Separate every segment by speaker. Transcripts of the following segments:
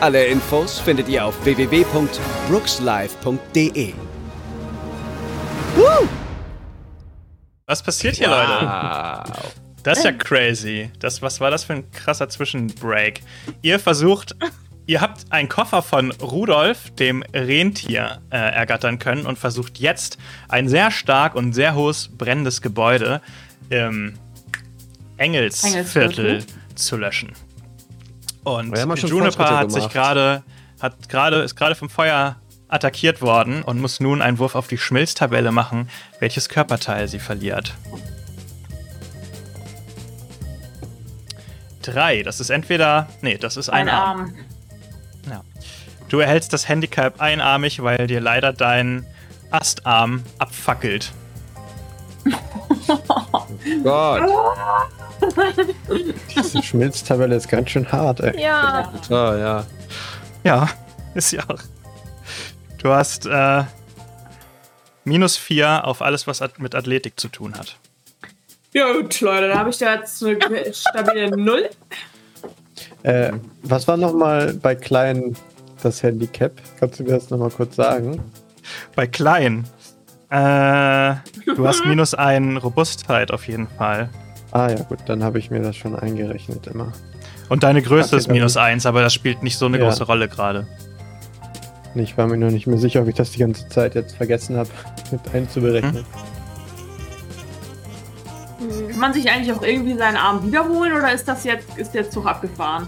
Speaker 1: Alle Infos findet ihr auf www.brookslive.de.
Speaker 2: Was passiert hier, Leute? Das ist ja crazy. Das, was war das für ein krasser Zwischenbreak? Ihr versucht, ihr habt einen Koffer von Rudolf, dem Rentier, äh, ergattern können und versucht jetzt ein sehr stark und sehr hohes brennendes Gebäude im
Speaker 3: Engelsviertel.
Speaker 2: Engelsviertel zu löschen. Und
Speaker 4: Wir haben auch schon
Speaker 2: Juniper
Speaker 4: Fortschritte
Speaker 2: hat sich
Speaker 4: gemacht.
Speaker 2: gerade hat gerade ist gerade vom Feuer attackiert worden und muss nun einen Wurf auf die Schmilztabelle machen, welches Körperteil sie verliert. Drei, das ist entweder nee, das ist ein,
Speaker 3: Ein
Speaker 2: Arm.
Speaker 3: Arm.
Speaker 2: Ja. Du erhältst das Handicap einarmig, weil dir leider dein Astarm abfackelt.
Speaker 4: Gott.
Speaker 5: Diese Schmilztabelle ist ganz schön hart, ey.
Speaker 6: Ja,
Speaker 4: Ah, ja.
Speaker 2: Ja, ist ja auch. Du hast äh, minus vier auf alles, was at mit Athletik zu tun hat.
Speaker 3: Ja, gut, Leute, da habe ich da jetzt eine stabile Null.
Speaker 5: Äh, was war nochmal bei Klein das Handicap? Kannst du mir das nochmal kurz sagen?
Speaker 2: Bei klein. Äh, du hast minus ein Robustheit auf jeden Fall.
Speaker 5: Ah ja, gut, dann habe ich mir das schon eingerechnet immer.
Speaker 2: Und deine Größe
Speaker 5: Okay,
Speaker 2: ist minus eins, aber das spielt nicht so eine
Speaker 5: Ja.
Speaker 2: große Rolle gerade.
Speaker 5: Und Ich war mir nur nicht mehr sicher, ob ich das die ganze Zeit jetzt vergessen habe, mit einzuberechnen.
Speaker 2: Hm?
Speaker 3: Kann man sich eigentlich auch irgendwie seinen Arm wiederholen oder ist das jetzt, ist der Zug abgefahren?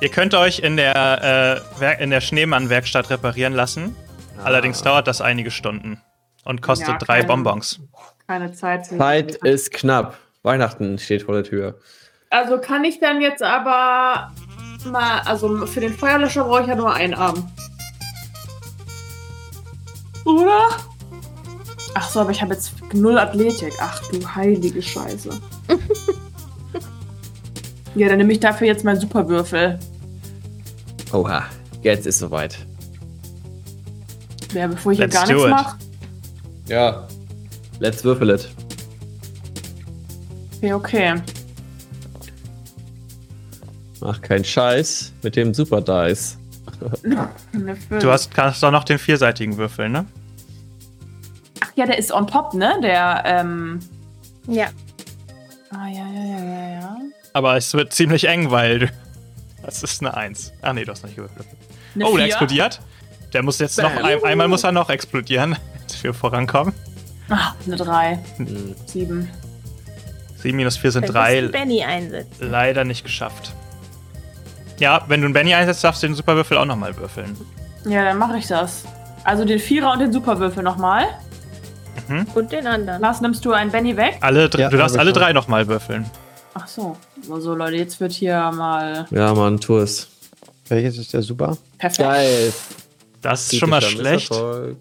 Speaker 2: Ihr könnt euch in der, äh, Werk- in der Schneemann-Werkstatt reparieren lassen.
Speaker 5: Ah.
Speaker 2: Allerdings dauert das einige Stunden und kostet
Speaker 3: Ja,
Speaker 2: drei
Speaker 3: keine-
Speaker 2: Bonbons.
Speaker 3: Keine Zeit. zu-
Speaker 4: Zeit ist knapp. Weihnachten steht vor der Tür.
Speaker 3: Also kann ich dann jetzt aber mal, also für den Feuerlöscher brauche ich ja nur einen Arm. Oder? Ach so, aber ich habe jetzt null Athletik. Ach du heilige Scheiße. ja, dann nehme ich dafür jetzt meinen Superwürfel.
Speaker 4: Oha, jetzt ist soweit.
Speaker 3: Ja, bevor ich hier
Speaker 2: Let's
Speaker 3: gar
Speaker 2: do
Speaker 3: nichts
Speaker 2: it.
Speaker 3: mache.
Speaker 4: Ja. Let's würfel it.
Speaker 3: Okay, okay.
Speaker 4: Mach keinen Scheiß mit dem Super Dice.
Speaker 3: Eine Fünf.
Speaker 2: Du hast, kannst doch noch den vierseitigen Würfel, ne?
Speaker 3: Ach ja, der ist on top, ne? Der, ähm.
Speaker 6: ja.
Speaker 3: Ah, ja, ja, ja, ja, ja.
Speaker 2: Aber es wird ziemlich eng, weil du- das ist eine Eins. Ah nee, du hast nicht gewürfelt.
Speaker 3: Eine
Speaker 2: Oh,
Speaker 3: Vier.
Speaker 2: der explodiert. Der muss jetzt noch ein, einmal muss er noch explodieren, dass wir vorankommen.
Speaker 3: Ah, eine Drei.
Speaker 4: Hm.
Speaker 3: Sieben.
Speaker 2: 7 minus 4 sind
Speaker 6: Dann
Speaker 2: drei.
Speaker 6: musst du Benny einsetzt.
Speaker 2: Leider nicht geschafft. Ja, wenn du einen Benny einsetzt, darfst du den Superwürfel auch nochmal würfeln.
Speaker 3: Ja, dann mache ich das. Also den Vierer und den Superwürfel nochmal.
Speaker 6: Und den anderen.
Speaker 3: Lars, nimmst du einen Benny weg?
Speaker 2: Alle, dr-
Speaker 5: Ja,
Speaker 2: du darfst
Speaker 5: hab ich
Speaker 2: alle
Speaker 5: schon.
Speaker 2: drei nochmal würfeln.
Speaker 3: Ach so. So, so, Leute, jetzt wird hier mal
Speaker 4: Ja, Mann, tu es.
Speaker 5: Welches ist der super?
Speaker 3: perfekt.
Speaker 4: Geil.
Speaker 2: Das ist schon mal schlecht. Oh,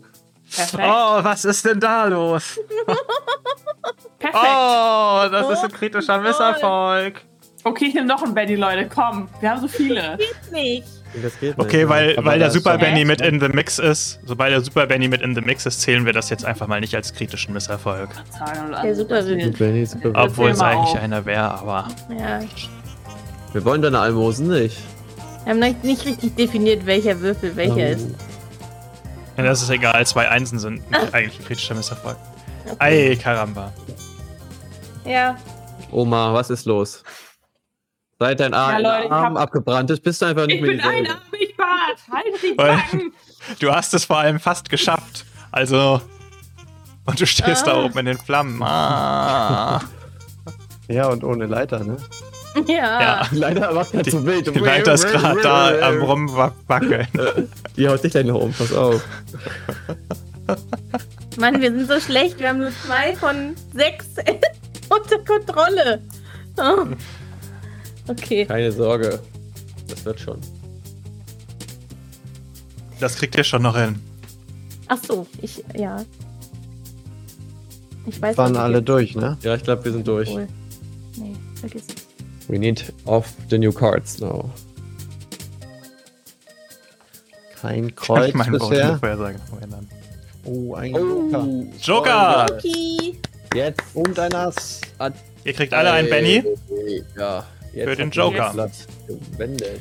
Speaker 3: Perfekt.
Speaker 2: was ist denn da los?
Speaker 3: perfekt.
Speaker 2: Oh, das ist ein
Speaker 6: Oh,
Speaker 2: kritischer
Speaker 6: lol.
Speaker 2: Misserfolg.
Speaker 3: Okay, ich nehme noch einen Benny, Leute. Komm, wir haben so viele.
Speaker 6: Nicht.
Speaker 4: Das geht nicht.
Speaker 2: Okay, weil,
Speaker 5: aber
Speaker 2: weil der
Speaker 5: da ist
Speaker 2: Super
Speaker 5: doch-
Speaker 2: Benny mit in the Mix ist, sobald der Super Benny mit in the Mix ist, zählen wir das jetzt einfach mal nicht als kritischen Misserfolg.
Speaker 3: Der
Speaker 6: Also, Superwürfel.
Speaker 5: Wenn ich jetzt be-
Speaker 3: Ab.
Speaker 2: Obwohl es
Speaker 3: mal
Speaker 2: eigentlich
Speaker 3: auf.
Speaker 2: einer wäre, aber.
Speaker 6: Ja.
Speaker 4: Wir wollen deine Almosen nicht.
Speaker 6: Wir haben noch nicht richtig definiert, welcher Würfel welcher
Speaker 2: Ähm.
Speaker 6: ist.
Speaker 2: Ja, das ist egal, zwei Einsen sind nicht eigentlich ein kritischer Misserfolg. Ei, Karamba.
Speaker 6: Ja.
Speaker 4: Oma, was ist los? Seit dein Ar
Speaker 3: Ja, Leute, ich
Speaker 4: Arm
Speaker 3: hab-
Speaker 4: abgebrannt ist, bist du einfach nicht
Speaker 3: Ich
Speaker 4: mehr
Speaker 3: bin
Speaker 4: dieselbe.
Speaker 3: einarmig, Bart. Halt die
Speaker 2: Weil-
Speaker 3: Backen.
Speaker 2: Du hast es vor allem fast geschafft. Also. Und du stehst da oben in den Flammen. Ah.
Speaker 5: Ja, und ohne Leiter, ne?
Speaker 6: Ja.
Speaker 2: Ja.
Speaker 4: Leider macht er
Speaker 2: Die,
Speaker 4: zu wild.
Speaker 2: die Leiter ist gerade da am Rumwackeln.
Speaker 4: Die haut dich gleich noch um, pass auf.
Speaker 6: Mann, wir sind so schlecht. Wir haben nur zwei von sechs unter Kontrolle. Oh. Okay.
Speaker 4: Keine Sorge. Das wird schon.
Speaker 2: Das kriegt ihr schon noch hin.
Speaker 6: Ach so, ich, ja. Ich weiß
Speaker 5: Waren
Speaker 6: nicht,
Speaker 5: alle
Speaker 6: wie-
Speaker 5: durch, ne?
Speaker 4: Ja, ich glaube, wir sind durch.
Speaker 6: Obwohl. Nee, vergiss es.
Speaker 4: We need off the new cards now.
Speaker 5: Kein Kreuz
Speaker 2: ich meinen
Speaker 5: bisher.
Speaker 2: Vorhersage noch ändern.
Speaker 5: Oh, ein Joker.
Speaker 4: Oh,
Speaker 2: Joker!
Speaker 6: Okay.
Speaker 4: Jetzt
Speaker 5: Und ein Ass.
Speaker 4: hat
Speaker 2: Ihr kriegt alle einen Benny.
Speaker 4: Ja. Jetzt
Speaker 2: Für den
Speaker 4: hat
Speaker 2: Joker.
Speaker 4: das Blatt Gewendet.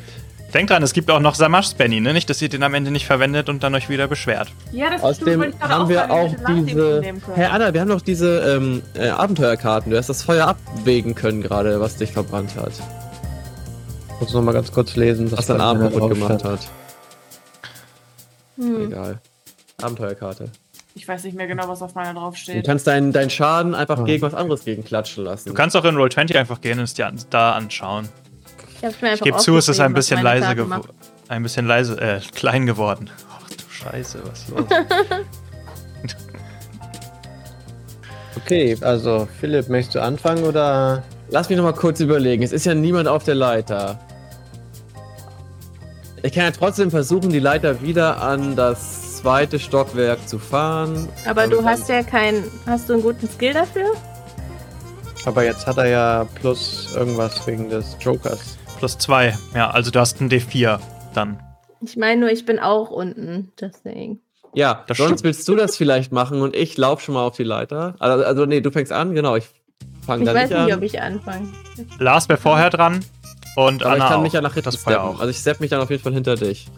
Speaker 2: Denkt dran, es gibt auch noch Samashs Benny, ne? Nicht, dass ihr den am Ende nicht verwendet und dann euch wieder beschwert.
Speaker 3: Ja, das
Speaker 4: Außerdem
Speaker 3: wollte ich gerade
Speaker 4: haben wir
Speaker 3: sagen,
Speaker 4: auch
Speaker 3: wir hätten Nachsehen
Speaker 4: diese.
Speaker 3: nehmen können.
Speaker 4: Herr Anna, wir haben noch diese ähm, äh, Abenteuerkarten. Du hast das Feuer abwägen können gerade, was dich verbrannt hat.
Speaker 5: Ich muss noch mal ganz kurz lesen,
Speaker 4: Was dein Arm
Speaker 5: da
Speaker 4: kaputt
Speaker 5: drauf
Speaker 4: gemacht
Speaker 5: stand.
Speaker 4: hat.
Speaker 6: Hm.
Speaker 4: Egal. Abenteuerkarte.
Speaker 3: Ich weiß nicht mehr genau, was auf meiner
Speaker 4: Du
Speaker 3: draufsteht.
Speaker 4: kannst deinen, deinen Schaden einfach
Speaker 5: Ah.
Speaker 4: gegen was anderes gegen klatschen lassen.
Speaker 2: Du kannst auch in Roll20 einfach gehen und es dir an, da anschauen.
Speaker 6: Ich, hab's mir
Speaker 2: Ich
Speaker 6: einfach
Speaker 2: gebe zu, es ist ein bisschen
Speaker 6: aufgeschrieben,
Speaker 2: leise
Speaker 6: was meine Karte macht.
Speaker 2: geworden. Ein bisschen leise, äh, klein geworden. Ach du Scheiße, was los?
Speaker 5: Okay, also Philipp, möchtest du anfangen oder?
Speaker 4: Lass mich nochmal kurz überlegen. Es ist ja niemand auf der Leiter. Ich kann ja trotzdem versuchen, die Leiter wieder an das zweite Stockwerk zu fahren.
Speaker 6: Aber
Speaker 4: Und
Speaker 6: du
Speaker 4: dann-
Speaker 2: Also-
Speaker 6: hast ja keinen. Hast du einen guten Skill dafür?
Speaker 5: Aber jetzt hat er ja plus irgendwas wegen des Jokers.
Speaker 2: Plus zwei. Ja, also du hast einen D4 dann.
Speaker 6: Ich meine nur, ich bin auch unten. Deswegen.
Speaker 4: Ja,
Speaker 2: Das
Speaker 4: sonst
Speaker 2: stimmt.
Speaker 4: willst du das vielleicht machen und ich lauf schon mal auf die Leiter. Also, also nee, du fängst an, genau. Ich fange
Speaker 6: Ich
Speaker 4: dann
Speaker 6: weiß
Speaker 4: nicht
Speaker 6: nicht,
Speaker 4: an.
Speaker 6: ob ich anfange.
Speaker 2: Lars wäre vorher dran und
Speaker 4: aber
Speaker 2: Anna
Speaker 4: ich kann
Speaker 2: auch.
Speaker 4: mich ja nach
Speaker 2: Genau,
Speaker 4: hinten
Speaker 2: das Feuer
Speaker 4: steppen.
Speaker 2: auch.
Speaker 4: Also ich steppe mich dann auf jeden Fall hinter dich.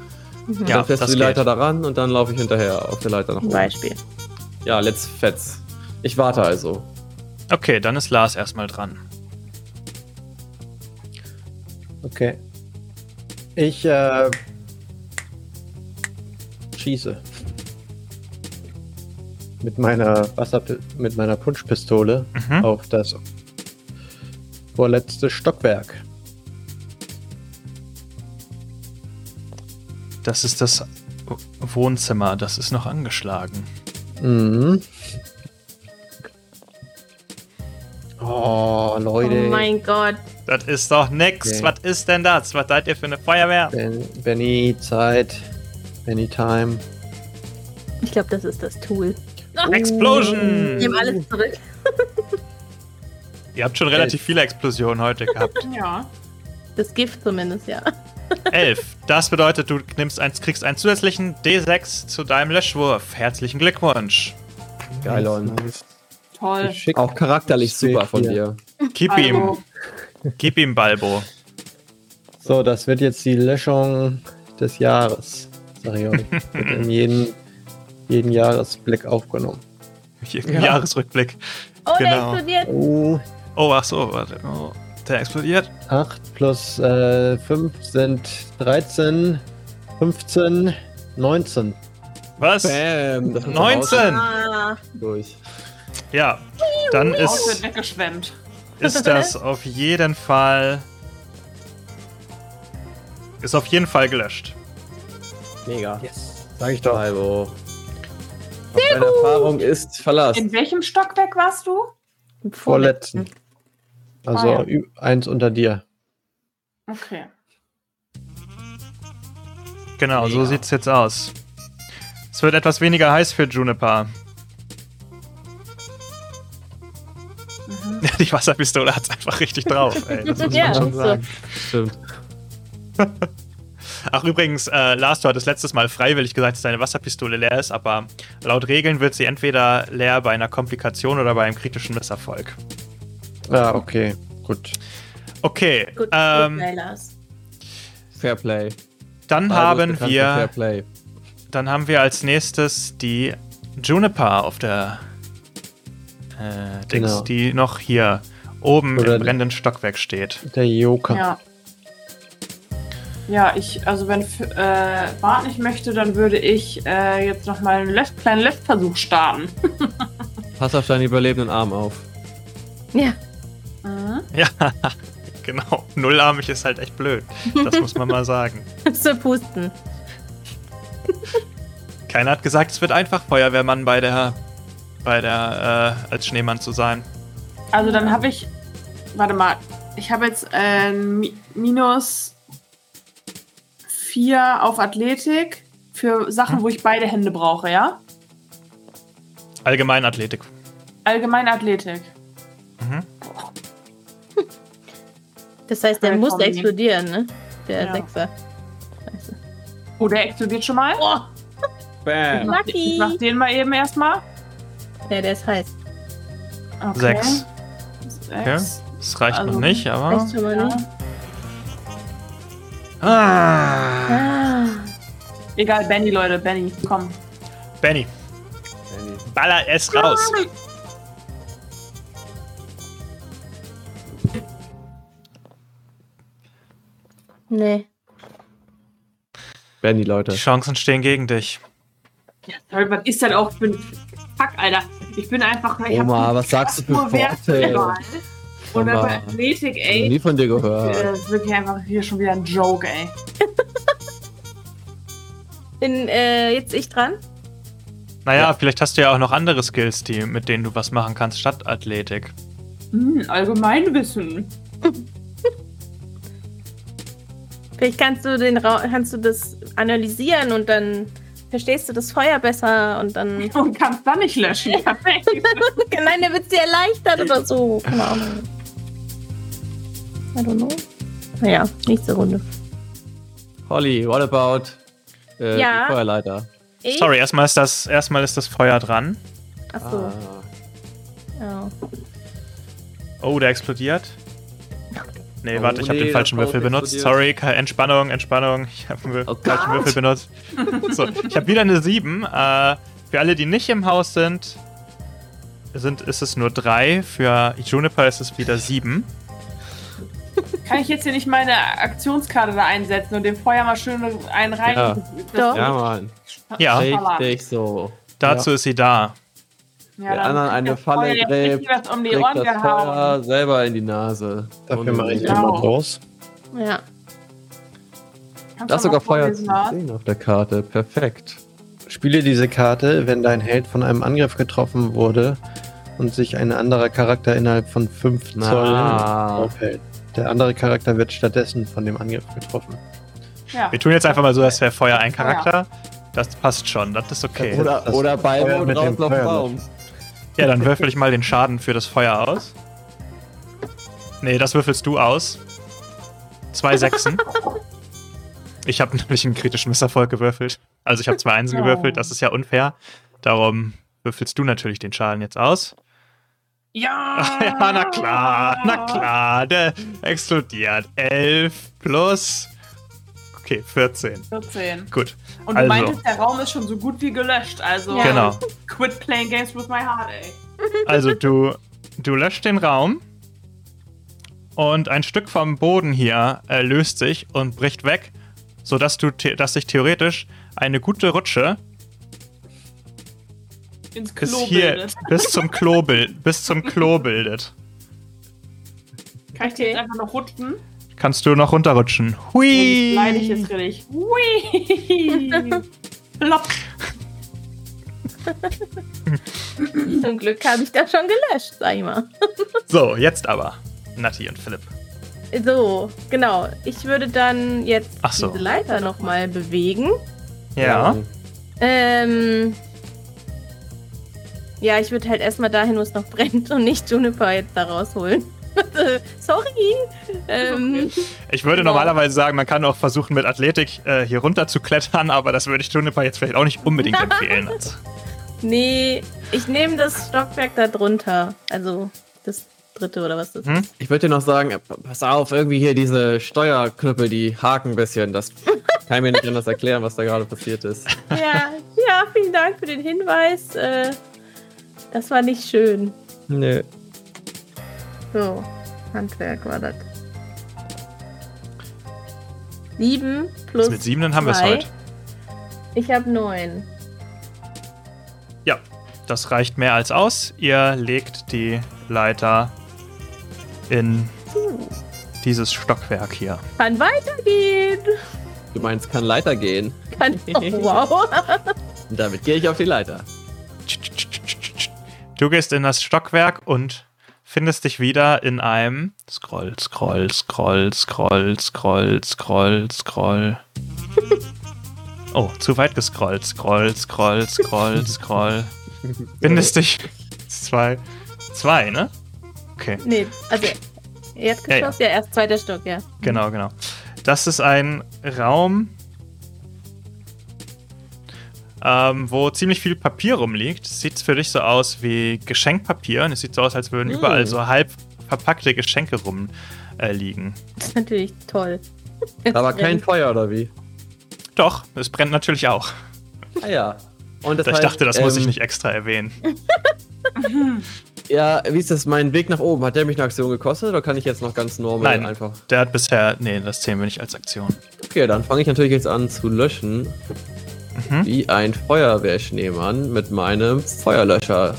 Speaker 6: Mhm.
Speaker 2: Ja,
Speaker 4: dann fährst du
Speaker 2: das
Speaker 4: die
Speaker 2: geht.
Speaker 4: Leiter da ran und dann laufe ich hinterher auf der Leiter nach
Speaker 6: Zum
Speaker 4: oben.
Speaker 6: Beispiel.
Speaker 4: Ja, let's fetz. Ich warte also.
Speaker 2: Okay, dann ist Lars erstmal dran.
Speaker 5: Okay. Ich äh, schieße. Mit meiner Wasser mit meiner Punschpistole
Speaker 2: Mhm.
Speaker 5: auf das vorletzte Stockwerk.
Speaker 2: Das ist das Wohnzimmer, das ist noch angeschlagen.
Speaker 5: Mhm. Oh,
Speaker 6: Oh
Speaker 5: Leute.
Speaker 6: mein Gott.
Speaker 2: Das ist doch nix.
Speaker 5: Okay.
Speaker 2: Was ist denn das? Was seid ihr für eine Feuerwehr?
Speaker 5: ben, Benny, Zeit. Benny Time.
Speaker 6: Ich glaube, das ist das Tool.
Speaker 4: Oh.
Speaker 2: Explosion!
Speaker 6: Ich nehme alles zurück.
Speaker 2: Ihr habt schon relativ viele Explosionen heute gehabt.
Speaker 3: Ja.
Speaker 6: Das Gift zumindest, ja.
Speaker 2: Elf. Das bedeutet, du nimmst eins, kriegst einen zusätzlichen D6 zu deinem Löschwurf. Herzlichen Glückwunsch.
Speaker 4: Geil, und
Speaker 5: Nice.
Speaker 3: Toll.
Speaker 5: Schick.
Speaker 4: Auch charakterlich
Speaker 5: Steht
Speaker 4: super von
Speaker 5: hier.
Speaker 4: dir.
Speaker 2: Gib ihm,
Speaker 3: Also,
Speaker 2: gib ihm Balbo.
Speaker 5: So, das wird jetzt die Löschung des Jahres. Sag ich euch. Wird in jeden, jeden Jahresblick aufgenommen.
Speaker 2: Im
Speaker 4: Ja.
Speaker 2: Jahresrückblick.
Speaker 6: Oh, der
Speaker 2: Genau.
Speaker 6: explodiert.
Speaker 5: Oh,
Speaker 2: Oh, ach so, warte. Oh, der explodiert.
Speaker 5: 8 plus äh, 5 sind 13, 15, 19.
Speaker 2: Was?
Speaker 4: Bam! das hat er
Speaker 2: 19!
Speaker 6: Ah,
Speaker 4: raus- Durch.
Speaker 2: Ja, dann
Speaker 3: Haus wird
Speaker 2: ist,
Speaker 3: weggeschwemmt.
Speaker 2: ist das auf jeden Fall. Ist auf jeden Fall gelöscht.
Speaker 4: Mega.
Speaker 5: Yes. Sag ich doch.
Speaker 4: Bravo. Auf deine Erfahrung ist Verlass.
Speaker 3: In welchem Stockwerk warst du?
Speaker 6: im
Speaker 5: Vorletzten. Also
Speaker 3: Ah, ja.
Speaker 5: ü- eins unter dir.
Speaker 3: Okay.
Speaker 2: Genau, so
Speaker 4: Mega.
Speaker 2: sieht's jetzt aus. Es wird etwas weniger heiß für Juniper.
Speaker 4: Mhm.
Speaker 2: Die Wasserpistole hat's einfach richtig drauf, ey. Das muss
Speaker 6: Ja,
Speaker 2: man schon
Speaker 6: so.
Speaker 2: sagen.
Speaker 4: Stimmt.
Speaker 2: Ach, übrigens, äh, Lars, du hattest letztes Mal freiwillig gesagt, dass deine Wasserpistole leer ist, aber laut Regeln wird sie entweder leer bei einer Komplikation oder bei einem kritischen Misserfolg.
Speaker 5: Ah, okay. Gut.
Speaker 2: Okay,
Speaker 6: Gut,
Speaker 2: ähm,
Speaker 6: gut, Lars.
Speaker 4: Fairplay.
Speaker 2: dann,
Speaker 4: Balbo
Speaker 2: haben
Speaker 4: Also ist bekannt für
Speaker 2: wir,
Speaker 4: Fairplay.
Speaker 2: dann haben wir als nächstes die Juniper auf der äh, Dings,
Speaker 5: Genau.
Speaker 2: die noch hier oben
Speaker 5: Oder-
Speaker 2: im brennenden Stockwerk steht.
Speaker 5: Der Joker.
Speaker 3: Ja. Ja, ich, also wenn F- äh, Bart nicht möchte, dann würde ich äh, jetzt nochmal einen Left, kleinen Left-Versuch starten.
Speaker 4: Pass auf deinen überlebenden Arm auf.
Speaker 6: Ja.
Speaker 2: Ja, genau. Nullarmig ist halt echt blöd. Das muss man mal sagen.
Speaker 6: Zu pusten.
Speaker 2: Keiner hat gesagt, es wird einfach Feuerwehrmann bei der, bei der, äh, als Schneemann zu sein.
Speaker 3: Also dann habe ich, warte mal, ich habe jetzt äh, ähm, Mi- minus 4 auf Athletik, Für Sachen, wo ich beide Hände brauche, ja?
Speaker 2: Allgemein Athletik.
Speaker 3: Allgemein Athletik.
Speaker 6: Das heißt, der
Speaker 3: Ja,
Speaker 6: muss
Speaker 3: komm, nee.
Speaker 6: explodieren, ne? Der
Speaker 3: Ja.
Speaker 6: Sechser.
Speaker 3: Oh, der explodiert schon mal.
Speaker 6: Oh,
Speaker 5: Bam.
Speaker 3: Mach-
Speaker 6: Lucky.
Speaker 3: Ich mach den mal eben erstmal.
Speaker 6: ja, der ist heiß.
Speaker 3: Okay.
Speaker 2: Sechs.
Speaker 3: Sechs.
Speaker 2: Das reicht
Speaker 3: Also,
Speaker 2: noch nicht, aber.
Speaker 6: Weißt du schon mal ne?
Speaker 3: Ja.
Speaker 6: nicht?
Speaker 2: Ah,
Speaker 6: Ah,
Speaker 3: Egal, Benny, Leute, Benny, komm.
Speaker 2: Benny, baller es raus.
Speaker 6: nee.
Speaker 4: Werden die
Speaker 2: Die
Speaker 4: Leute.
Speaker 2: Chancen stehen gegen dich.
Speaker 3: Sorry, was ist denn auch für ein Fuck, Alter? Ich bin einfach. Ich hab
Speaker 4: Oma, was sagst du für
Speaker 3: nur
Speaker 4: Worte?
Speaker 3: Wertfehler. Und dann bei Äh.
Speaker 4: Oma.
Speaker 3: Athletik,
Speaker 4: Noch
Speaker 3: ey.
Speaker 4: nie von dir gehört.
Speaker 3: Das ist wirklich einfach hier schon wieder ein Joke, ey.
Speaker 6: Bin äh, jetzt ich dran?
Speaker 2: Naja, vielleicht hast du ja auch noch andere Skills, die, mit denen du was machen kannst, statt Athletik.
Speaker 3: Hm, Allgemeinwissen.
Speaker 6: Vielleicht kannst du den Ra kannst du das analysieren und dann verstehst du das Feuer besser und dann.
Speaker 3: Und kannst dann nicht löschen. Perfekt.
Speaker 6: Nein, der wird dir erleichtert oder so. Keine Ahnung. I don't know. Naja, nächste Runde.
Speaker 4: Holly, what about äh,
Speaker 6: Ja.
Speaker 4: die Feuerleiter?
Speaker 6: Ich?
Speaker 2: Sorry, erstmal ist das, erstmal ist das Feuer dran.
Speaker 6: Achso.
Speaker 4: Ah.
Speaker 6: Ja.
Speaker 2: Oh, der explodiert. Nee,
Speaker 4: Oh,
Speaker 2: warte, ich habe
Speaker 4: nee,
Speaker 2: den falschen
Speaker 4: das
Speaker 2: Würfel
Speaker 4: Haus
Speaker 2: benutzt.
Speaker 4: explodiert.
Speaker 2: Sorry, keine- Entspannung, Entspannung. Ich habe einen Wür-
Speaker 4: Oh
Speaker 2: falschen
Speaker 4: Gott.
Speaker 2: Würfel benutzt. So, ich habe wieder eine 7. Äh, für alle, die nicht im Haus sind, sind ist es nur 3. Für Juniper ist es wieder 7.
Speaker 3: Kann ich jetzt hier nicht meine Aktionskarte da einsetzen und dem Feuer mal schön einen rein?
Speaker 4: Ja.
Speaker 6: Doch.
Speaker 4: Ja, Mann.
Speaker 2: Ja,
Speaker 3: Hey. Verlag.
Speaker 4: Richtig so.
Speaker 2: dazu ist sie da.
Speaker 3: Ja,
Speaker 4: Der
Speaker 3: dann
Speaker 4: anderen eine
Speaker 3: kriegt das Feuer
Speaker 4: Falle
Speaker 3: jetzt
Speaker 4: gräbt,
Speaker 3: richtig was um die
Speaker 4: Kriegt
Speaker 3: Ohren
Speaker 4: das
Speaker 3: gehauen.
Speaker 4: Feuer selber in die Nase.
Speaker 5: Dafür
Speaker 4: Ohne
Speaker 5: mache ich
Speaker 4: Sinn.
Speaker 5: immer
Speaker 3: Genau.
Speaker 5: groß.
Speaker 6: Ja.
Speaker 3: Kannst
Speaker 4: Da ist
Speaker 3: du mal
Speaker 4: sogar Feuer zu
Speaker 3: vorlesen, Lars?
Speaker 4: sehen auf der Karte. Perfekt.
Speaker 5: Spiele diese Karte, wenn dein Held von einem Angriff getroffen wurde und sich ein anderer Charakter innerhalb von 5 Zoll
Speaker 4: Na.
Speaker 5: aufhält. Der andere Charakter wird stattdessen von dem Angriff getroffen.
Speaker 3: Ja.
Speaker 2: Wir tun jetzt einfach mal so, als wäre Feuer ein Charakter. Das passt schon, das ist okay.
Speaker 5: Oder-
Speaker 4: Oder,
Speaker 5: das
Speaker 4: oder Ball
Speaker 5: Feuer
Speaker 4: oben
Speaker 5: mit
Speaker 4: drauf
Speaker 5: dem
Speaker 4: auf dem Baum.
Speaker 5: Feuerlöscher.
Speaker 2: Ja, dann würfel ich mal den Schaden für das Feuer aus. Nee, das würfelst du aus. Zwei Sechsen. Ich habe nämlich einen kritischen Misserfolg gewürfelt. Also ich habe zwei Einsen
Speaker 3: Oh.
Speaker 2: gewürfelt, das ist ja unfair. Darum würfelst du natürlich den Schaden jetzt aus.
Speaker 3: Ja.
Speaker 2: Ja, na klar, na klar, der explodiert. Elf plus... Okay, 14.
Speaker 3: 14.
Speaker 2: Gut.
Speaker 3: Und
Speaker 2: Also.
Speaker 3: du meintest, der Raum ist schon so gut wie gelöscht. Also,
Speaker 6: Ja.
Speaker 2: Genau.
Speaker 3: quit playing games with my heart, ey.
Speaker 2: Also du, du löscht den Raum und ein Stück vom Boden hier äh, löst sich und bricht weg, sodass du the- dass sich theoretisch eine gute Rutsche
Speaker 3: Ins
Speaker 2: bis
Speaker 3: Klo
Speaker 2: hier
Speaker 3: bildet.
Speaker 2: bis zum Klo bild, bis zum Klo bildet.
Speaker 3: Kann ich dir
Speaker 6: Okay.
Speaker 3: jetzt einfach noch rutschen?
Speaker 2: Kannst du noch runterrutschen. Hui!
Speaker 3: Leide ich Oh, jetzt richtig. Hui! Plopp.
Speaker 6: Zum Glück habe ich das schon gelöscht, sag ich mal.
Speaker 2: So, jetzt aber. Nati und Philipp.
Speaker 6: So, genau. Ich würde dann jetzt
Speaker 2: Ach so.
Speaker 6: diese Leiter nochmal bewegen.
Speaker 2: Ja.
Speaker 6: Ähm. Ja, ich würde halt erstmal dahin, wo es noch brennt und nicht Juniper jetzt da rausholen. Sorry. Ähm,
Speaker 2: Ich würde
Speaker 6: Genau.
Speaker 2: normalerweise sagen, man kann auch versuchen, mit Athletik äh, hier runter zu klettern, aber das würde ich Juniper jetzt vielleicht auch nicht unbedingt empfehlen.
Speaker 6: Nee, ich nehme das Stockwerk da drunter. Also das dritte oder was das
Speaker 2: Hm?
Speaker 6: ist.
Speaker 4: Ich würde dir noch sagen, äh, pass auf, irgendwie hier diese Steuerknüppel, die haken ein bisschen. Das kann ich mir nicht anders erklären, was da gerade passiert ist.
Speaker 6: Ja, ja, vielen Dank für den Hinweis. Äh, das war nicht schön.
Speaker 4: Nö.
Speaker 6: So, Handwerk war das. Sieben plus.
Speaker 2: Mit sieben, dann haben wir es
Speaker 6: zwei.
Speaker 2: heute.
Speaker 6: Ich habe neun.
Speaker 2: Ja, das reicht mehr als aus. Ihr legt die Leiter in dieses Stockwerk hier.
Speaker 6: Kann weitergehen.
Speaker 4: Du meinst, kann Leiter gehen.
Speaker 6: Kann, oh, wow.
Speaker 4: Und damit gehe ich auf die Leiter.
Speaker 2: Du gehst in das Stockwerk und findest dich wieder in einem Scroll, Scroll, Scroll, Scroll, Scroll, Scroll, Scroll. Oh, zu weit gescrollt. Scroll, scroll, scroll, scroll. Bindest dich. Zwei. Zwei, ne? Okay,
Speaker 6: Nee, also Erdgeschoss, ja, erst zweiter Stock, ja.
Speaker 2: genau,
Speaker 4: Mhm.
Speaker 2: genau. Das ist ein Raum, ähm, wo ziemlich viel Papier rumliegt. Sieht für dich so aus wie Geschenkpapier. Und es sieht so aus, als würden überall so halb verpackte Geschenke rumliegen. Äh, liegen.
Speaker 6: Das ist natürlich toll.
Speaker 4: Aber kein Feuer oder wie?
Speaker 2: Doch, es brennt natürlich auch.
Speaker 4: Ah ja. Und das
Speaker 2: ich
Speaker 4: heißt,
Speaker 2: dachte, das muss
Speaker 4: ähm, oh
Speaker 2: ich nicht extra erwähnen.
Speaker 4: Ja, wie ist das? Mein Weg nach oben, hat der mich eine Aktion gekostet oder kann ich jetzt noch ganz normal
Speaker 2: Nein,
Speaker 4: einfach?
Speaker 2: der hat bisher. Nee, das zählen wir nicht als Aktion.
Speaker 4: Okay, dann fange ich natürlich jetzt an zu löschen.
Speaker 2: Mhm.
Speaker 4: Wie ein Feuerwehrschneemann mit meinem Feuerlöscher,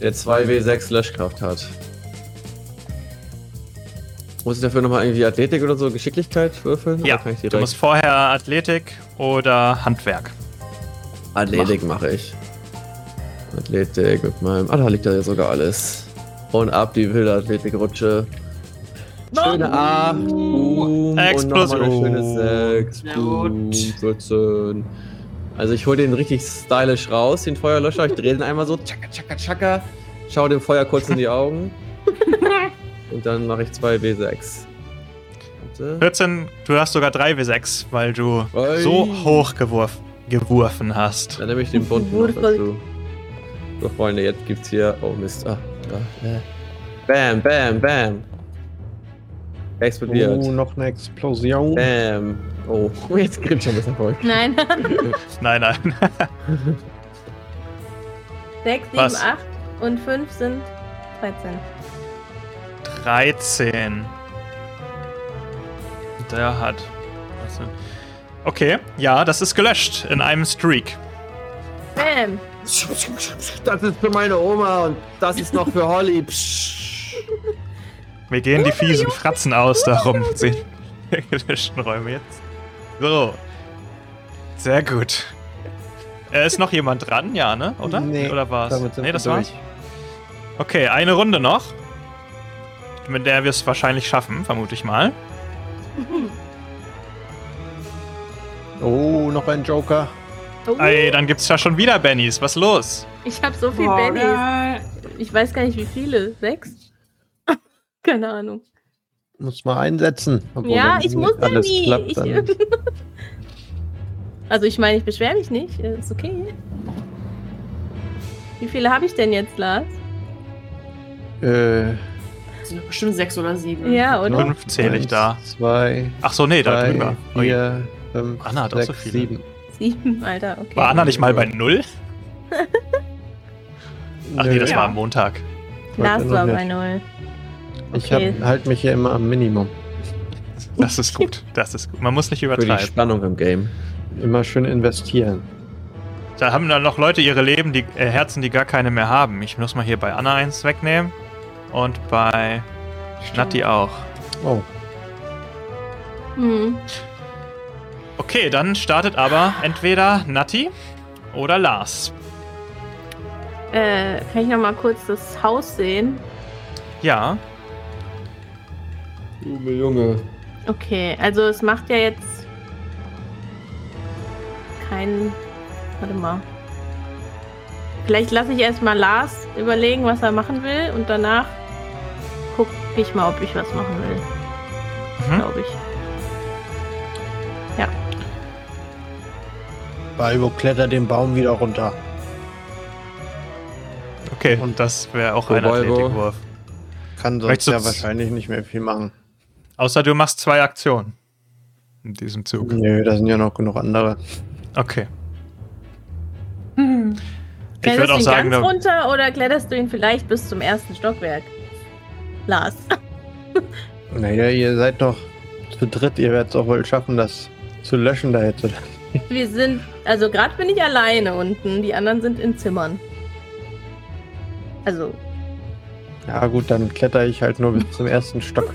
Speaker 4: der 2W6 Löschkraft hat. Muss ich dafür nochmal irgendwie Athletik oder so, Geschicklichkeit würfeln?
Speaker 2: Ja,
Speaker 4: oder kann ich
Speaker 2: du musst vorher Athletik oder Handwerk.
Speaker 4: Athletik mache ich. Athletik mit meinem. Ah, da liegt da ja sogar alles. Und ab die wilde Athletikrutsche. Schöne 8. Boom.
Speaker 2: Explosion.
Speaker 4: Und nochmal eine schöne 6.
Speaker 3: Sehr
Speaker 4: Boom.
Speaker 3: gut.
Speaker 4: 14. Also ich hole den richtig stylisch raus, den Feuerlöscher. Ich drehe den einmal so. Tschakka, tschakka, tschakka. Schau dem Feuer kurz in die Augen. Und dann mache ich 2 W6. Warte.
Speaker 2: 14, du hast sogar 3 W6, weil du
Speaker 4: Oi.
Speaker 2: so hoch geworf, geworfen hast.
Speaker 4: Dann nehme ich den bunten noch
Speaker 6: Wurfel.
Speaker 4: dazu. So, Freunde, jetzt gibt's hier. Oh Mist. Ah, da. äh. Bam, bam, bam. Explodiert.
Speaker 5: Oh, noch eine Explosion.
Speaker 4: Bam. Oh, jetzt kriegt schon ein bisschen voll.
Speaker 6: Nein,
Speaker 2: Nein, nein.
Speaker 6: 6, 7,
Speaker 2: Was?
Speaker 6: 8 und 5 sind 13.
Speaker 2: 13. Der hat. also- Okay, ja, das ist gelöscht in einem Streak.
Speaker 6: Bam!
Speaker 4: Das ist für meine Oma und das ist noch für Holly. Psch.
Speaker 2: Wir gehen die fiesen Fratzen aus, darum sehen wir die gelöschten Räume jetzt. So. Sehr gut. Äh, ist noch jemand dran? Ja, ne? Oder?
Speaker 5: Nee,
Speaker 2: Oder war's?
Speaker 5: damit sind
Speaker 2: Nee,
Speaker 5: wir
Speaker 2: das
Speaker 5: durch.
Speaker 2: war's. Okay, eine Runde noch. Mit der wir es wahrscheinlich schaffen, vermute ich mal.
Speaker 5: Oh, noch ein Joker.
Speaker 6: Oh,
Speaker 2: Ey, dann gibt's ja schon wieder Bennys. Was los?
Speaker 6: ich habe so viel
Speaker 3: Boah,
Speaker 6: Bennys.
Speaker 3: geil.
Speaker 6: Ich weiß gar nicht, wie viele. Sechs? Keine Ahnung.
Speaker 5: Muss mal einsetzen. Obwohl,
Speaker 6: ja,
Speaker 5: wenn
Speaker 6: ich muss ja
Speaker 5: alles
Speaker 6: nie.
Speaker 5: Klappt,
Speaker 6: ich,
Speaker 5: dann
Speaker 6: also ich meine, ich beschwere mich nicht. äh, Ist okay. Wie viele habe ich denn jetzt, Lars?
Speaker 5: äh,
Speaker 3: Das sind doch bestimmt sechs oder sieben.
Speaker 6: Ja, oder?
Speaker 2: Fünf zähle ich
Speaker 5: eins,
Speaker 2: da.
Speaker 5: Zwei,
Speaker 2: Ach so, nee, da
Speaker 5: drei,
Speaker 2: drüber. Ui.
Speaker 5: vier, fünf,
Speaker 2: Anna hat auch
Speaker 5: sechs,
Speaker 2: so viele.
Speaker 5: sieben.
Speaker 6: Sieben, Alter. Okay.
Speaker 2: War Anna nicht mal bei Null? Ach nee,
Speaker 5: Nö,
Speaker 2: das
Speaker 3: Ja.
Speaker 2: war am Montag.
Speaker 6: Lars
Speaker 5: noch
Speaker 6: war
Speaker 5: nicht.
Speaker 6: bei null.
Speaker 5: Ich
Speaker 6: okay.
Speaker 5: halte mich hier immer am Minimum.
Speaker 2: Das ist gut. Das ist gut. Man muss nicht
Speaker 4: Für die
Speaker 2: übertreiben.
Speaker 4: Spannung im Game.
Speaker 5: Immer schön investieren.
Speaker 2: Da haben dann noch Leute ihre Leben, die äh, Herzen, die gar keine mehr haben. Ich muss mal hier bei Anna eins wegnehmen und bei Natti auch.
Speaker 5: Oh,
Speaker 6: Hm.
Speaker 2: Okay, dann startet aber entweder Natti oder Lars.
Speaker 6: Äh, kann ich noch mal kurz das Haus sehen?
Speaker 2: Ja,
Speaker 4: Junge, Junge.
Speaker 6: Okay, also es macht ja jetzt keinen. Warte mal. Vielleicht lasse ich erstmal Lars überlegen, was er machen will und danach gucke ich mal, ob ich was machen will.
Speaker 2: Mhm.
Speaker 6: Glaube ich.
Speaker 5: Balbo klettert den Baum wieder runter.
Speaker 2: okay. Und das wäre auch
Speaker 4: Für
Speaker 2: ein
Speaker 4: Volvo.
Speaker 2: Athletikwurf.
Speaker 5: Kann sonst
Speaker 2: Möchtest du-
Speaker 5: ja wahrscheinlich nicht mehr viel machen.
Speaker 2: Außer du machst zwei Aktionen. In diesem Zug.
Speaker 5: Nö, da sind ja noch genug andere.
Speaker 2: Okay.
Speaker 3: Hm.
Speaker 2: Ich
Speaker 6: Kletterst
Speaker 2: würde
Speaker 6: du
Speaker 2: auch
Speaker 6: ihn
Speaker 2: sagen, ne-
Speaker 6: ganz
Speaker 2: da,
Speaker 6: runter oder kletterst du ihn vielleicht bis zum ersten Stockwerk? Lars.
Speaker 5: Naja, ihr seid doch zu dritt. Ihr werdet es auch wohl schaffen, das zu löschen da jetzt. oder?
Speaker 6: Wir sind, also gerade bin ich alleine unten, die anderen sind in Zimmern. Also,
Speaker 5: Ja gut, dann kletter ich halt nur bis zum ersten Stock.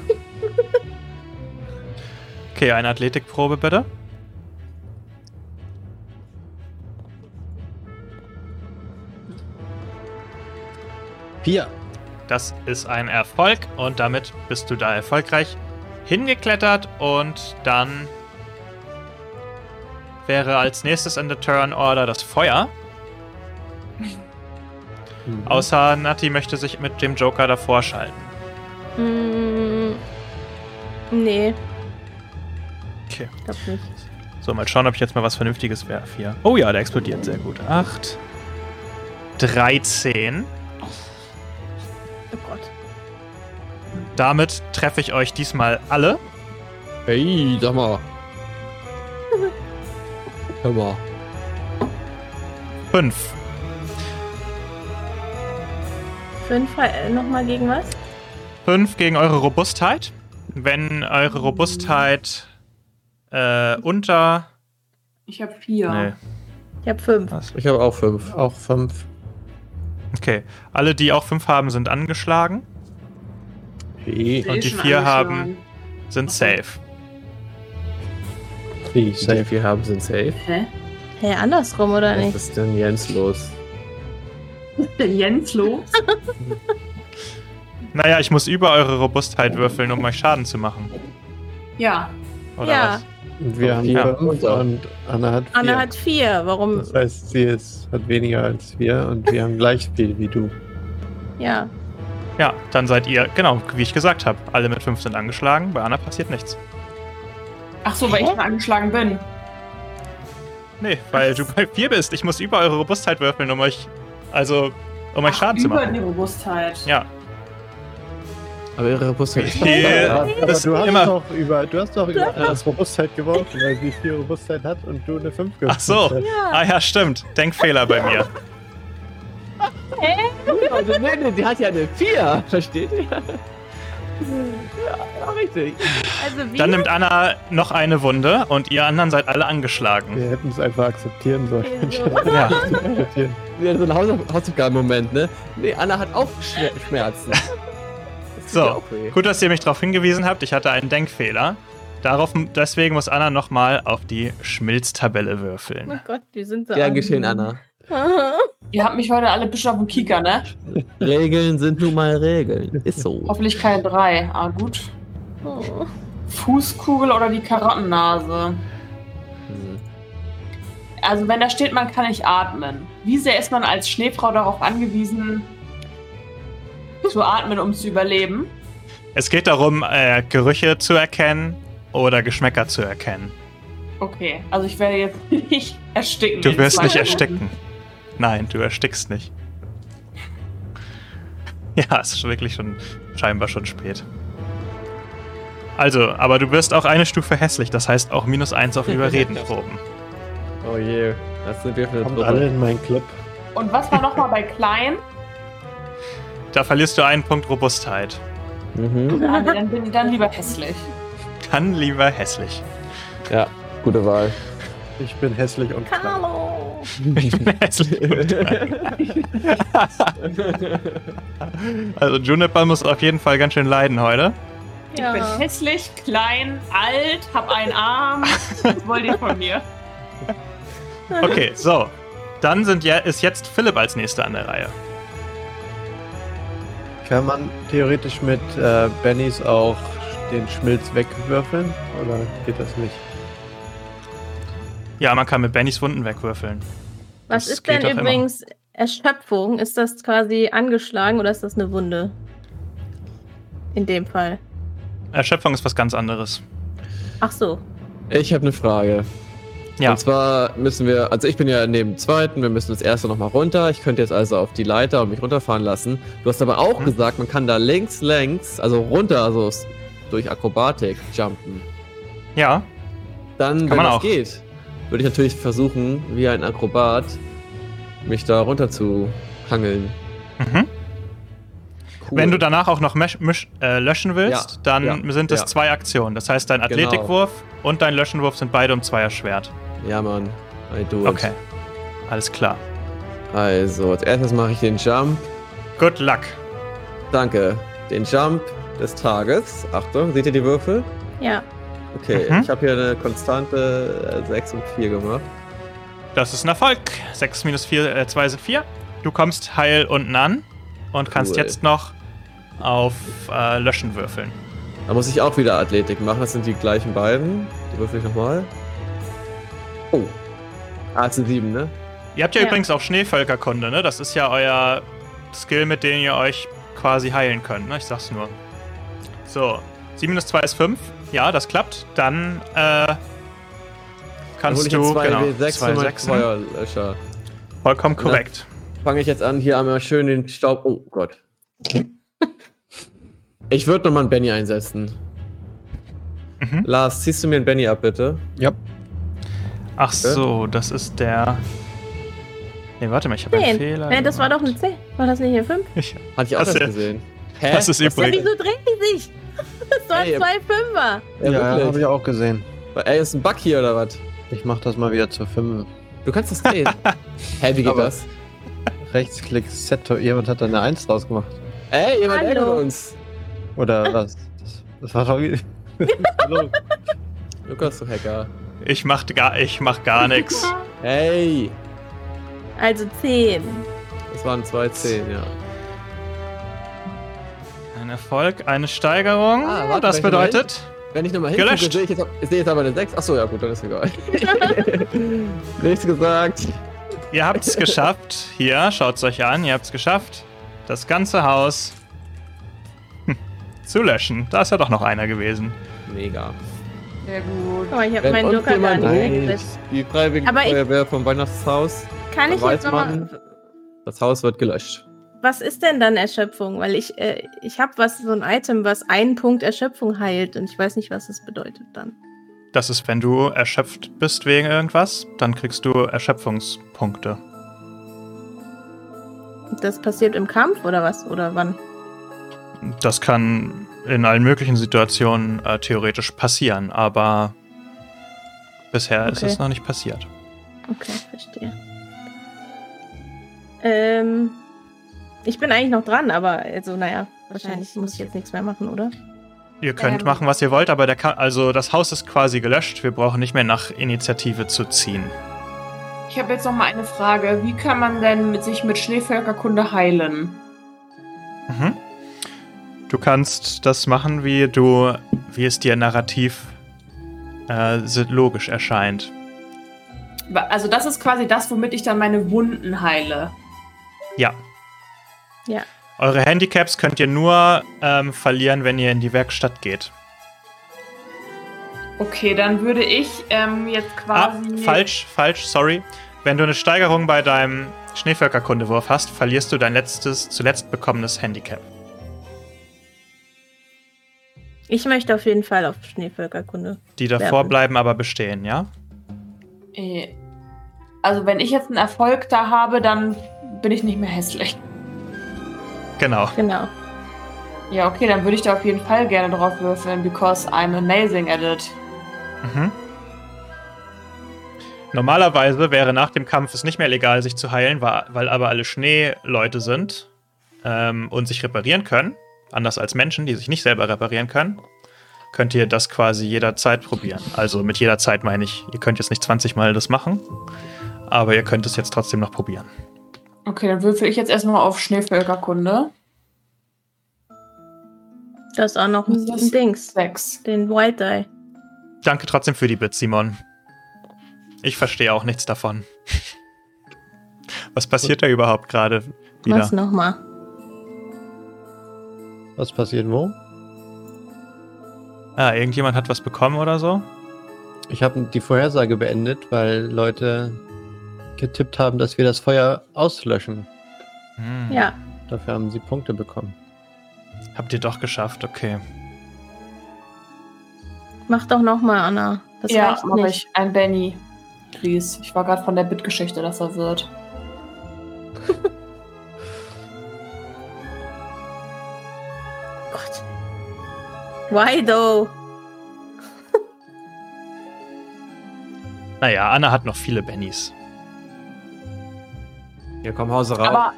Speaker 2: okay, eine Athletikprobe bitte.
Speaker 5: Vier.
Speaker 2: Das ist ein Erfolg und damit bist du da erfolgreich hingeklettert und dann wäre als nächstes in der Turn Order das Feuer.
Speaker 5: Mhm.
Speaker 2: Außer Nati möchte sich mit dem Joker davor schalten.
Speaker 6: Hm, nee,
Speaker 2: Okay.
Speaker 6: glaub nicht.
Speaker 2: So, mal schauen, ob ich jetzt mal was Vernünftiges werfe hier. Oh ja, der explodiert sehr gut. 8, 13.
Speaker 6: Oh Gott.
Speaker 2: Damit treffe ich euch diesmal alle.
Speaker 4: Hey, sag mal. Hör mal.
Speaker 2: 5.
Speaker 6: Fünf äh, nochmal gegen was?
Speaker 2: 5 gegen eure Robustheit. Wenn eure Robustheit äh, unter.
Speaker 3: Ich habe vier.
Speaker 6: Ich hab fünf.
Speaker 2: was?
Speaker 4: Ich habe auch fünf.
Speaker 5: Auch fünf.
Speaker 2: Okay. Alle, die auch 5 haben, sind angeschlagen,
Speaker 5: Wie?
Speaker 3: Der
Speaker 2: Und
Speaker 3: ist
Speaker 2: die
Speaker 3: schon
Speaker 2: vier
Speaker 3: angeschlagen.
Speaker 2: haben- sind safe.
Speaker 5: Wie?
Speaker 4: Die
Speaker 5: Safe.
Speaker 4: vier haben sind safe.
Speaker 3: Hä?
Speaker 6: Hä, andersrum, oder
Speaker 4: Was
Speaker 6: nicht?
Speaker 4: ist denn Jens los?
Speaker 3: Der Jens los?
Speaker 2: Naja, ich muss über eure Robustheit würfeln, um euch Schaden zu machen.
Speaker 3: ja.
Speaker 2: Oder
Speaker 6: Ja.
Speaker 2: was?
Speaker 5: Und wir haben
Speaker 4: Ja.
Speaker 5: fünf und Anna hat vier.
Speaker 6: Anna hat vier. Warum?
Speaker 5: das heißt, sie ist, hat weniger als wir und wir haben gleich viel wie du.
Speaker 6: Ja.
Speaker 2: Ja, dann seid ihr, genau, wie ich gesagt habe, alle mit 5 sind angeschlagen, bei Anna passiert nichts.
Speaker 3: Ach so, weil ich schon angeschlagen bin.
Speaker 2: Nee, weil du bei 4 bist. Ich muss über eure Robustheit würfeln, um euch, also, um euch Schaden zu
Speaker 3: über
Speaker 2: machen.
Speaker 3: die Robustheit.
Speaker 2: Ja,
Speaker 4: Aber ihre Robustheit ist
Speaker 2: Ja.
Speaker 5: aber
Speaker 2: das
Speaker 5: du hast
Speaker 2: immer-
Speaker 5: doch über, du hast doch über Annas Robustheit geworfen, weil sie vier Robustheit hat und du eine fünf gewürfelt
Speaker 2: ach so.
Speaker 5: hast.
Speaker 2: Ah ja, stimmt. Denkfehler bei mir.
Speaker 4: Also, nee, nee, die hat ja eine 4, versteht ihr? Ja, ja, richtig.
Speaker 6: Also wie?
Speaker 2: Dann nimmt Anna noch eine Wunde und ihr anderen seid alle angeschlagen.
Speaker 5: Wir hätten es einfach akzeptieren sollen.
Speaker 6: Also,
Speaker 2: Ja.
Speaker 5: Akzeptieren.
Speaker 4: Wieder so ein Hausauf Hausaufgaben-Moment, ne? Nee, Anna hat auch Schre- Schmerzen. Das tut
Speaker 2: So.
Speaker 4: ja auch weh.
Speaker 2: Gut, dass ihr mich darauf hingewiesen habt. Ich hatte einen Denkfehler. Darauf, deswegen muss Anna nochmal auf die Schmilztabelle
Speaker 6: Oh
Speaker 2: würfeln.
Speaker 6: Gott, wir sind so.
Speaker 4: Gern
Speaker 6: arm.
Speaker 4: geschehen, Anna.
Speaker 3: Ihr habt mich heute alle bisschen auf dem Kieker, ne?
Speaker 4: Regeln sind nun mal Regeln. Ist so.
Speaker 3: Hoffentlich keine drei. Ah, gut.
Speaker 6: Oh.
Speaker 3: Fußkugel oder die Karottennase?
Speaker 4: Hm.
Speaker 3: Also, wenn da steht, man kann nicht atmen. Wie sehr ist man als Schneefrau darauf angewiesen, zu atmen, um zu überleben?
Speaker 2: Es geht darum, äh, Gerüche zu erkennen oder Geschmäcker zu erkennen.
Speaker 3: Okay, also ich werde jetzt nicht ersticken.
Speaker 2: Du
Speaker 3: in
Speaker 2: wirst
Speaker 3: zwei
Speaker 2: nicht
Speaker 3: Minuten.
Speaker 2: ersticken. Nein, du erstickst nicht. Ja, es ist wirklich schon scheinbar schon spät. Also, aber du wirst auch eine Stufe hässlich, das heißt auch minus eins auf Überredenproben.
Speaker 4: Oh je. Das sind wir für eine
Speaker 5: Kommt alle
Speaker 4: Truppe.
Speaker 5: in meinen Club.
Speaker 3: Und was war nochmal bei klein?
Speaker 2: Da verlierst du einen Punkt Robustheit.
Speaker 4: Mhm.
Speaker 3: Ah, nee, dann bin ich dann lieber hässlich.
Speaker 2: Dann lieber hässlich.
Speaker 4: Ja, gute Wahl.
Speaker 5: Ich bin hässlich und klein.
Speaker 6: Carlo.
Speaker 2: Ich bin hässlich. und klein. also Juniper muss auf jeden Fall ganz schön leiden heute.
Speaker 3: Ich bin hässlich, klein, alt, hab einen Arm. Was wollt ihr von mir?
Speaker 2: Okay, so. Dann sind ja, ist jetzt Philipp als nächster an der Reihe.
Speaker 5: Kann man theoretisch mit äh, Bennys auch den Schmilz wegwürfeln? Oder geht das nicht?
Speaker 2: Ja, man kann mit Bennys Wunden wegwürfeln.
Speaker 6: Was
Speaker 2: Das
Speaker 6: ist
Speaker 2: geht
Speaker 6: denn
Speaker 2: doch immer.
Speaker 6: übrigens Erschöpfung? Ist das quasi angeschlagen oder ist das eine Wunde? In dem Fall.
Speaker 2: Erschöpfung ist was ganz anderes.
Speaker 6: Ach so.
Speaker 4: Ich habe eine Frage.
Speaker 2: Ja,
Speaker 4: Und zwar müssen wir, also ich bin ja neben dem zweiten, wir müssen das erste nochmal runter. Ich könnte jetzt also auf die Leiter und mich runterfahren lassen. Du hast aber auch
Speaker 2: Mhm.
Speaker 4: gesagt, man kann da links, längs, also runter, also s- durch Akrobatik jumpen.
Speaker 2: ja.
Speaker 4: Dann, wenn
Speaker 2: man
Speaker 4: das
Speaker 2: auch.
Speaker 4: geht, würde ich natürlich versuchen, wie ein Akrobat, mich da runter zu hangeln.
Speaker 2: Mhm.
Speaker 4: Cool.
Speaker 2: Wenn du danach auch noch mesch, misch, äh, löschen willst,
Speaker 4: Ja,
Speaker 2: dann
Speaker 4: ja,
Speaker 2: sind es
Speaker 4: ja.
Speaker 2: zwei Aktionen. Das heißt, dein
Speaker 4: Genau.
Speaker 2: Athletikwurf und dein Löschenwurf sind beide um zweier Schwert.
Speaker 4: Ja, Mann. I do it.
Speaker 2: Okay. Alles klar.
Speaker 4: Also, als erstes mache ich den Jump.
Speaker 2: Good luck.
Speaker 4: Danke. Den Jump des Tages. Achtung, seht ihr die Würfel?
Speaker 6: Ja.
Speaker 4: Okay,
Speaker 2: Mhm.
Speaker 4: ich habe hier eine konstante äh, 6 und 4 gemacht.
Speaker 2: Das ist ein Erfolg. 6 minus 4, äh, 2 sind 4. Du kommst heil unten an und kannst
Speaker 4: Cool.
Speaker 2: jetzt noch auf äh, Löschen würfeln.
Speaker 4: Da muss ich auch wieder Athletik machen. Das sind die gleichen beiden. Die würfel ich nochmal. Oh. Ah, es sind sieben, ne?
Speaker 2: Ihr habt ja,
Speaker 6: Ja.
Speaker 2: übrigens auch Schneevölkerkunde, ne? Das ist ja euer Skill, mit dem ihr euch quasi heilen könnt, ne? Ich sag's nur. So. 7 minus 2 ist 5. Ja, das klappt. Dann, äh.
Speaker 4: Dann hol
Speaker 2: Kannst
Speaker 4: ich jetzt
Speaker 2: du.
Speaker 4: zwei
Speaker 2: Genau.
Speaker 4: W6
Speaker 2: zwei
Speaker 4: für meinen
Speaker 2: Sechsen.
Speaker 4: Feuerlöscher.
Speaker 2: Vollkommen korrekt.
Speaker 4: Fange ich jetzt an, hier einmal schön den Staub. Oh Gott. Ich würde nochmal einen Benny einsetzen.
Speaker 2: Mhm.
Speaker 4: Lars, ziehst du mir einen Benny ab, bitte?
Speaker 2: Ach so, das ist der. Nee, warte mal, ich habe einen
Speaker 6: Zehn.
Speaker 2: Fehler.
Speaker 6: Nee, Äh, das war doch
Speaker 2: gemacht.
Speaker 6: eine 10. War das nicht eine 5?
Speaker 2: Ich,
Speaker 4: Hatte ich auch
Speaker 2: Das
Speaker 4: das
Speaker 2: ist-
Speaker 4: gesehen. Hä?
Speaker 2: das ist
Speaker 4: Was
Speaker 6: Ja,
Speaker 2: übrig.
Speaker 4: denn?
Speaker 6: wieso drehen die sich? Das waren
Speaker 4: Ey,
Speaker 6: zwei Fünfer.
Speaker 4: Ja,
Speaker 5: Ja, habe
Speaker 4: wirklich.
Speaker 5: ich auch gesehen.
Speaker 4: Ey, ist ein Bug hier oder was?
Speaker 5: Ich mach das mal wieder zur 5.
Speaker 4: Du kannst das drehen. Hä, wie geht
Speaker 5: Aber-
Speaker 4: das?
Speaker 5: Rechtsklick, Set. to- Jemand hat da eine 1 draus gemacht.
Speaker 4: Ey, jemand
Speaker 6: Hallo.
Speaker 4: ärgert uns.
Speaker 5: Oder was? Das, das war doch wie.
Speaker 4: Lukas, du Hacker.
Speaker 2: ich mach gar, ich mach gar nichts.
Speaker 4: Hey,
Speaker 6: Also 10.
Speaker 4: das waren zwei Zehn, ja.
Speaker 2: Ein Erfolg, eine Steigerung.
Speaker 4: Ah, warte,
Speaker 2: das
Speaker 4: welchen
Speaker 2: bedeutet.
Speaker 4: Wenn ich nochmal hingucke,
Speaker 2: Gelöscht.
Speaker 4: sehe ich, jetzt, ich sehe jetzt aber eine 6. Achso, ja gut, dann ist egal. Nichts gesagt.
Speaker 2: Ihr habt es geschafft. Hier, schaut es euch an. Ihr habt es geschafft, das ganze Haus hm, zu löschen. Da ist ja doch noch einer gewesen.
Speaker 4: Mega.
Speaker 3: Sehr gut.
Speaker 6: Guck mal, ich habe
Speaker 4: Wenn
Speaker 6: meinen
Speaker 4: uns
Speaker 6: Joker gar
Speaker 4: jemand
Speaker 6: nicht
Speaker 4: ruft,
Speaker 6: eingesetzt.
Speaker 4: die Freiwillige
Speaker 6: Aber ich-
Speaker 4: Feuerwehr vom Weihnachtshaus,
Speaker 6: Kann ich
Speaker 4: weiß
Speaker 6: jetzt nochmal.
Speaker 4: man, das Haus wird gelöscht.
Speaker 6: Was ist denn dann Erschöpfung? Weil ich, äh, ich habe was, so ein Item, was einen Punkt Erschöpfung heilt und ich weiß nicht, was das bedeutet dann.
Speaker 2: Das ist, wenn du erschöpft bist wegen irgendwas, dann kriegst du Erschöpfungspunkte.
Speaker 6: Und Das passiert im Kampf oder was? Oder wann?
Speaker 2: Das kann in allen möglichen Situationen äh, theoretisch passieren, aber bisher ist
Speaker 6: Okay.
Speaker 2: es noch nicht passiert.
Speaker 6: Okay, verstehe. Ähm, ich bin eigentlich noch dran, aber also naja, wahrscheinlich muss ich jetzt nichts mehr machen, oder?
Speaker 2: Ihr könnt
Speaker 3: Ähm.
Speaker 2: machen, was ihr wollt, aber der Ka- also das Haus ist quasi gelöscht. Wir brauchen nicht mehr nach Initiative zu ziehen.
Speaker 3: Ich habe jetzt noch mal eine Frage. Wie kann man denn mit, sich mit Schneevölkerkunde heilen?
Speaker 2: Mhm. Du kannst das machen, wie du, wie es dir narrativ äh, si- logisch erscheint.
Speaker 3: Also das ist quasi das, womit ich dann meine Wunden heile.
Speaker 2: Ja.
Speaker 6: Ja.
Speaker 2: Eure Handicaps könnt ihr nur ähm, verlieren, wenn ihr in die Werkstatt geht.
Speaker 3: Okay, dann würde ich ähm, jetzt
Speaker 2: Ah,
Speaker 3: quasi...
Speaker 2: falsch, falsch, sorry. Wenn du eine Steigerung bei deinem Schneevölkerkundewurf hast, verlierst du dein letztes, zuletzt bekommenes Handicap.
Speaker 6: Ich möchte auf jeden Fall auf Schneevölkerkunde.
Speaker 2: Die davor
Speaker 6: Werfen.
Speaker 2: bleiben aber bestehen, ja?
Speaker 3: Äh, Also wenn ich jetzt einen Erfolg da habe, dann bin ich nicht mehr hässlich.
Speaker 2: Genau.
Speaker 6: Genau.
Speaker 3: Ja, okay, dann würde ich da auf jeden Fall gerne drauf würfeln, because I'm amazing at it.
Speaker 2: Mhm. Normalerweise wäre nach dem Kampf es nicht mehr legal, sich zu heilen, wa- weil aber alle Schneeleute sind ähm, und sich reparieren können. Anders als Menschen, die sich nicht selber reparieren können, könnt ihr das quasi jederzeit probieren. Also mit jeder Zeit meine ich, ihr könnt jetzt nicht 20 Mal das machen, aber ihr könnt es jetzt trotzdem noch probieren.
Speaker 3: Okay, dann würfel ich jetzt erstmal auf Schneevölkerkunde.
Speaker 6: Das ist auch noch ein
Speaker 3: Das-
Speaker 6: Dings.
Speaker 3: Sechs.
Speaker 6: Den Wild Eye.
Speaker 2: Danke trotzdem für die Bits, Simon. Ich verstehe auch nichts davon. Was passiert da überhaupt gerade wieder?
Speaker 6: Was nochmal?
Speaker 5: Was passiert wo?
Speaker 2: Ah, irgendjemand hat was bekommen oder so?
Speaker 5: Ich habe die Vorhersage beendet, weil Leute getippt haben, dass wir das Feuer auslöschen.
Speaker 2: Hm.
Speaker 6: Ja.
Speaker 5: Dafür haben sie Punkte bekommen.
Speaker 2: Habt ihr doch geschafft, okay.
Speaker 6: Mach doch nochmal, Anna. Das
Speaker 3: ja,
Speaker 6: reicht
Speaker 3: mach
Speaker 6: nicht.
Speaker 3: ich. Ein Benny. Please. Ich war gerade von der Bittgeschichte, dass er wird.
Speaker 6: Gott. Why though?
Speaker 2: Naja, Anna hat noch viele Bennys.
Speaker 4: Ja, komm, Hause raus.
Speaker 3: Aber,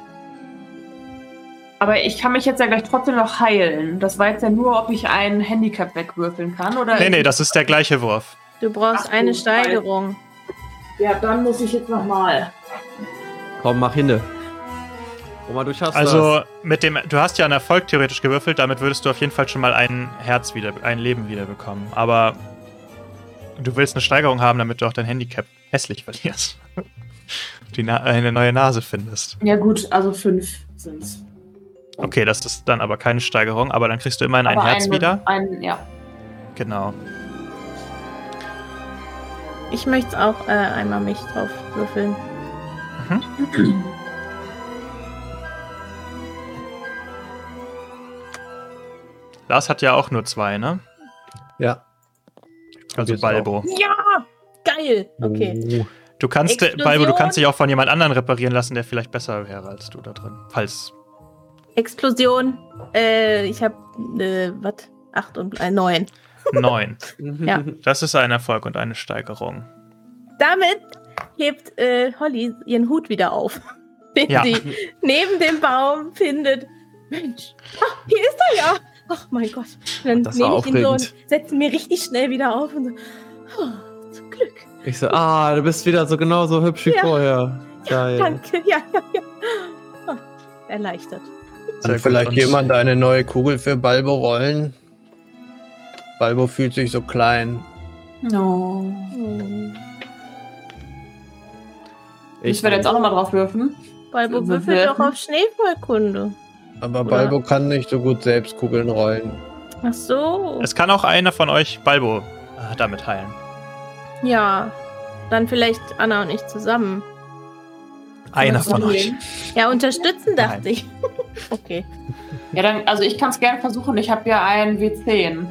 Speaker 3: aber ich kann mich jetzt ja gleich trotzdem noch heilen. Das war jetzt ja nur, ob ich ein Handicap wegwürfeln kann, oder?
Speaker 2: Nee, nee, das ist der gleiche Wurf.
Speaker 6: Du brauchst
Speaker 3: Ach,
Speaker 6: eine
Speaker 3: du
Speaker 6: Steigerung.
Speaker 3: Ja, dann muss ich jetzt nochmal.
Speaker 4: Komm, mach hinne. Oma, du schaffst
Speaker 2: Also
Speaker 4: das.
Speaker 2: mit dem, du hast ja einen Erfolg theoretisch gewürfelt, damit würdest du auf jeden Fall schon mal ein Herz wieder, ein Leben wiederbekommen. Aber du willst eine Steigerung haben, damit du auch dein Handicap hässlich verlierst. Die Na eine neue Nase findest.
Speaker 3: Ja, gut, also fünf sind's.
Speaker 2: Okay, das ist dann aber keine Steigerung, aber dann kriegst du immerhin ein
Speaker 3: Aber
Speaker 2: Herz
Speaker 3: einen-
Speaker 2: wieder.
Speaker 3: Einen, ja.
Speaker 2: Genau.
Speaker 6: Ich möchte auch äh, einmal mich drauf würfeln.
Speaker 2: Lars hat ja auch nur zwei, ne?
Speaker 5: Ja.
Speaker 2: Also
Speaker 5: Probier's
Speaker 2: Balbo.
Speaker 6: Ja! Geil! Okay.
Speaker 5: Oh.
Speaker 2: Du kannst, äh,
Speaker 6: Explosion.
Speaker 2: Balbo, du kannst dich auch von jemand anderen reparieren lassen, der vielleicht besser wäre als du da drin. Falls.
Speaker 6: Explosion. Äh, ich habe äh, was? Acht und äh, neun.
Speaker 2: Neun.
Speaker 6: Ja.
Speaker 2: Das ist ein Erfolg und eine Steigerung.
Speaker 6: Damit hebt äh, Holly ihren Hut wieder auf, den
Speaker 2: Ja.
Speaker 6: sie neben dem Baum findet. Mensch, ah, hier ist er ja. Ach mein Gott. Und dann
Speaker 4: Das war
Speaker 6: nehme ich ihn so und
Speaker 4: aufregend.
Speaker 6: setze ihn mir richtig schnell wieder auf und so. Oh, zum Glück.
Speaker 4: Ich so, ah, du bist wieder so genauso hübsch wie
Speaker 6: Ja.
Speaker 4: vorher. Geil.
Speaker 6: Danke. Ja, ja, ja. Ah, Erleichtert.
Speaker 2: Sehr
Speaker 5: Kann
Speaker 2: gut.
Speaker 5: vielleicht
Speaker 2: Und-
Speaker 5: jemand eine neue Kugel für Balbo rollen? Balbo fühlt sich so klein.
Speaker 3: No.
Speaker 6: Hm.
Speaker 3: Ich, werde jetzt auch nochmal drauf würfen.
Speaker 6: Balbo
Speaker 3: Wir
Speaker 6: würfelt doch
Speaker 3: werfen.
Speaker 6: auf Schneeballkunde.
Speaker 5: Aber
Speaker 3: Oder?
Speaker 5: Balbo kann nicht so gut selbst Kugeln rollen.
Speaker 6: Ach so.
Speaker 2: Es kann auch einer von euch Balbo äh, damit heilen.
Speaker 6: Ja. Dann vielleicht Anna und ich zusammen.
Speaker 2: Einer von euch.
Speaker 6: Ja, unterstützen dachte
Speaker 2: Nein.
Speaker 6: ich. okay.
Speaker 3: Ja, dann, also ich kann es gerne versuchen. Ich habe ja ein W10.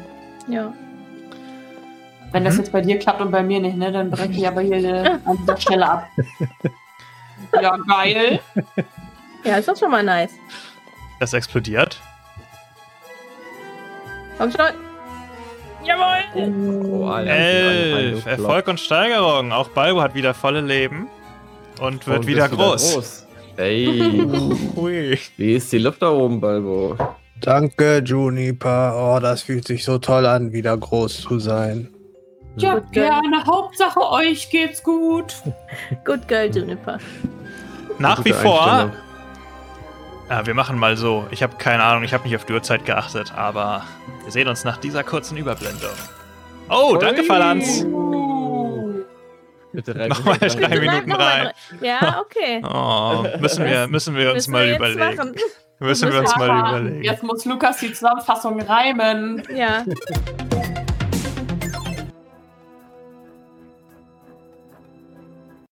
Speaker 6: Ja.
Speaker 3: Wenn das
Speaker 2: Mhm.
Speaker 3: jetzt bei dir klappt und bei mir nicht, ne, dann breche ich aber hier äh, an dieser Stelle ab. Ja, geil.
Speaker 6: Ja, ist doch schon mal nice.
Speaker 2: Das explodiert.
Speaker 6: Komm schon. Jawohl!
Speaker 4: Oh, Alter,
Speaker 2: Elf.
Speaker 4: Alter, Alter,
Speaker 2: Erfolg und Steigerung. Auch Balbo hat wieder volle Leben und wird
Speaker 4: Und
Speaker 2: wieder
Speaker 4: bist
Speaker 2: groß.
Speaker 4: Ey,
Speaker 2: Hui.
Speaker 4: wie ist die Luft da oben, Balbo?
Speaker 5: Danke, Juniper. Oh, das fühlt sich so toll an, wieder groß zu sein.
Speaker 3: Ja,
Speaker 6: Gut, geil.
Speaker 3: gerne. Hauptsache euch geht's gut.
Speaker 6: Good girl, Juniper.
Speaker 2: Nach
Speaker 4: Gute
Speaker 2: wie vor.
Speaker 4: Einstellung.
Speaker 2: Ja, wir machen mal so. Ich habe keine Ahnung, ich habe nicht auf die Uhrzeit geachtet, aber wir sehen uns nach dieser kurzen Überblendung. Oh, danke,
Speaker 4: Ui.
Speaker 2: Falanz.
Speaker 3: Oh.
Speaker 4: Bitte rein.
Speaker 2: Nochmal drei
Speaker 6: Bitte
Speaker 2: Minuten
Speaker 6: noch mal
Speaker 2: rein.
Speaker 6: drei. Ja, okay.
Speaker 2: Oh, müssen wir, müssen wir uns
Speaker 6: Müssen
Speaker 2: mal
Speaker 6: wir jetzt
Speaker 2: überlegen.
Speaker 6: machen.
Speaker 2: Müssen wir uns
Speaker 3: Ja,
Speaker 2: mal überlegen.
Speaker 3: Jetzt muss Lukas die Zusammenfassung reimen.
Speaker 6: Ja.